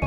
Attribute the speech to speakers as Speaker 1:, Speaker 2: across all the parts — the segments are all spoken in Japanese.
Speaker 1: ビ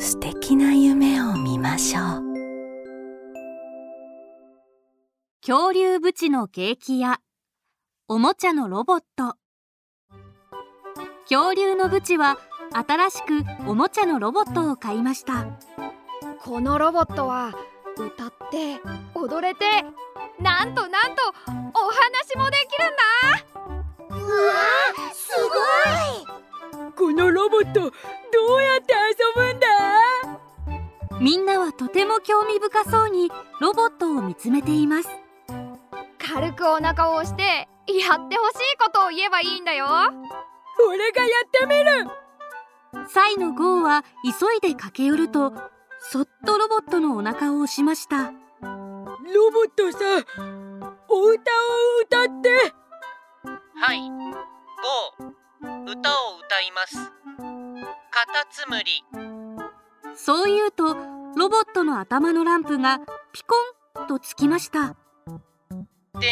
Speaker 2: 素敵な夢を見ましょう。
Speaker 3: 恐竜ブチのケーキ屋おもちゃのロボット恐竜のブチは新しくおもちゃのロボットを買いました
Speaker 4: このロボットは歌って踊れてなんとなんとお話もできるんだ
Speaker 1: うわすごい
Speaker 5: このロボットどうやって遊ぶんだ
Speaker 3: みんなはとても興味深そうにロボットを見つめています
Speaker 4: 軽くお腹を押してやってほしいことを言えばいいんだよ
Speaker 5: 俺がやってみる
Speaker 3: サイのゴーは急いで駆け寄るとそっとロボットのお腹を押しました
Speaker 5: ロボットさお歌を歌って
Speaker 6: はい、5、歌を歌います。カタツムリ、
Speaker 3: そう言うとロボットの頭のランプがピコンとつきました
Speaker 6: でんでんむ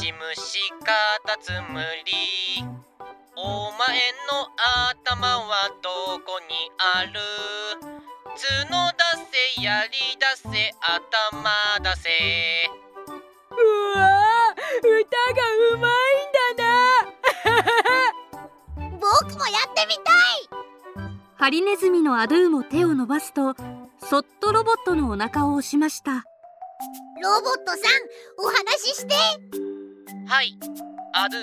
Speaker 6: しむしカタツムリ。お前の頭はどこにある角出せ、槍出せ、頭出せ。
Speaker 5: うわあ歌がうまいんだな
Speaker 1: 僕もやってみたい
Speaker 3: ハリネズミのアドゥも手を伸ばすとそっとロボットのお腹を押しました
Speaker 1: ロボットさんお話しして
Speaker 6: はい、アドゥ、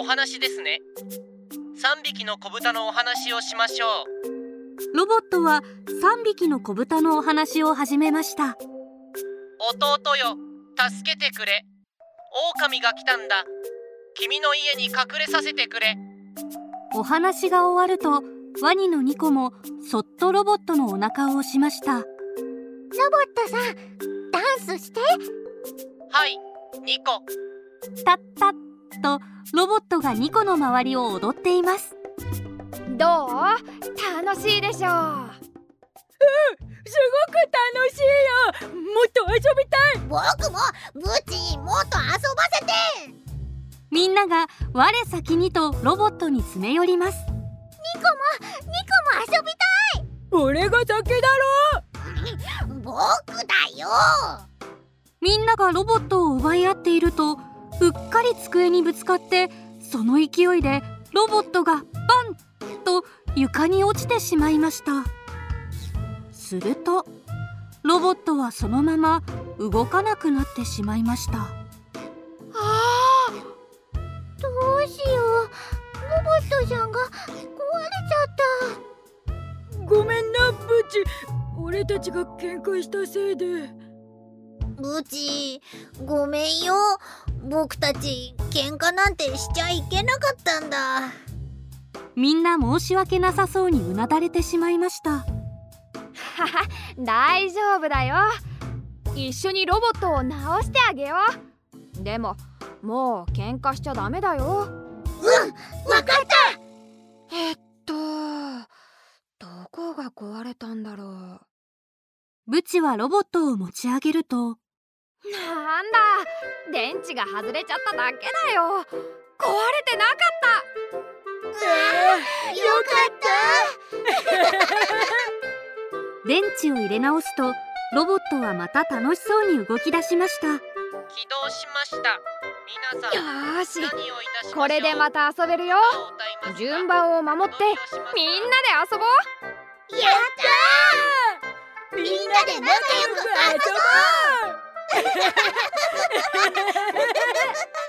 Speaker 6: お話ですね。3匹の小豚のお話をしましょう。
Speaker 3: ロボットは3匹の小豚のお話を始めました
Speaker 6: 弟よ助けてくれ狼が来たんだ君の家に隠れさせてくれ
Speaker 3: お話が終わるとワニの2個もそっとロボットのお腹を押しました
Speaker 1: ロボットさんダンスして
Speaker 6: はいニコ
Speaker 3: タッタッとロボットが2個の周りを踊っています
Speaker 4: どう楽しいでしょう
Speaker 5: すごく楽しいよもっと遊びたい
Speaker 1: 僕もブチにもっと遊ばせて
Speaker 3: みんなが我先にとロボットに詰め寄ります
Speaker 1: ニコも遊び
Speaker 5: 俺が先だろ
Speaker 1: たい僕だよ
Speaker 3: みんながロボットを奪い合っているとうっかり机にぶつかってその勢いでロボットがバンと床に落ちてしまいましたするとロボットはそのまま動かなくなってしまいました
Speaker 4: あー
Speaker 1: どうしようロボットさんが壊れちゃった
Speaker 5: ごめんなブチ俺たちが喧嘩したせいで
Speaker 1: ブチごめんよ僕たち喧嘩なんてしちゃいけなかったんだ
Speaker 3: みんな申し訳なさそうにうなだれてしまいました
Speaker 4: はは大丈夫だよ一緒にロボットを直してあげようでももう喧嘩しちゃダメだよ
Speaker 1: わかった
Speaker 4: えっとどこが壊れたんだろうなん
Speaker 3: ブチはロボットを持ち上げると
Speaker 4: だ電池が外れちゃっただけだよ壊れてなかった
Speaker 1: よか
Speaker 3: 電池を入れ直すとロボットはまた楽しそうに動き出しました
Speaker 6: 起動しました皆さん
Speaker 4: よーし
Speaker 6: 何をいたしましょう
Speaker 4: これでまた遊べるよ
Speaker 6: 歌を歌いますか
Speaker 4: 順番を守ってみんなで遊ぼう
Speaker 1: ったやった
Speaker 5: みん
Speaker 1: なで仲良く遊ぼ
Speaker 5: ぼう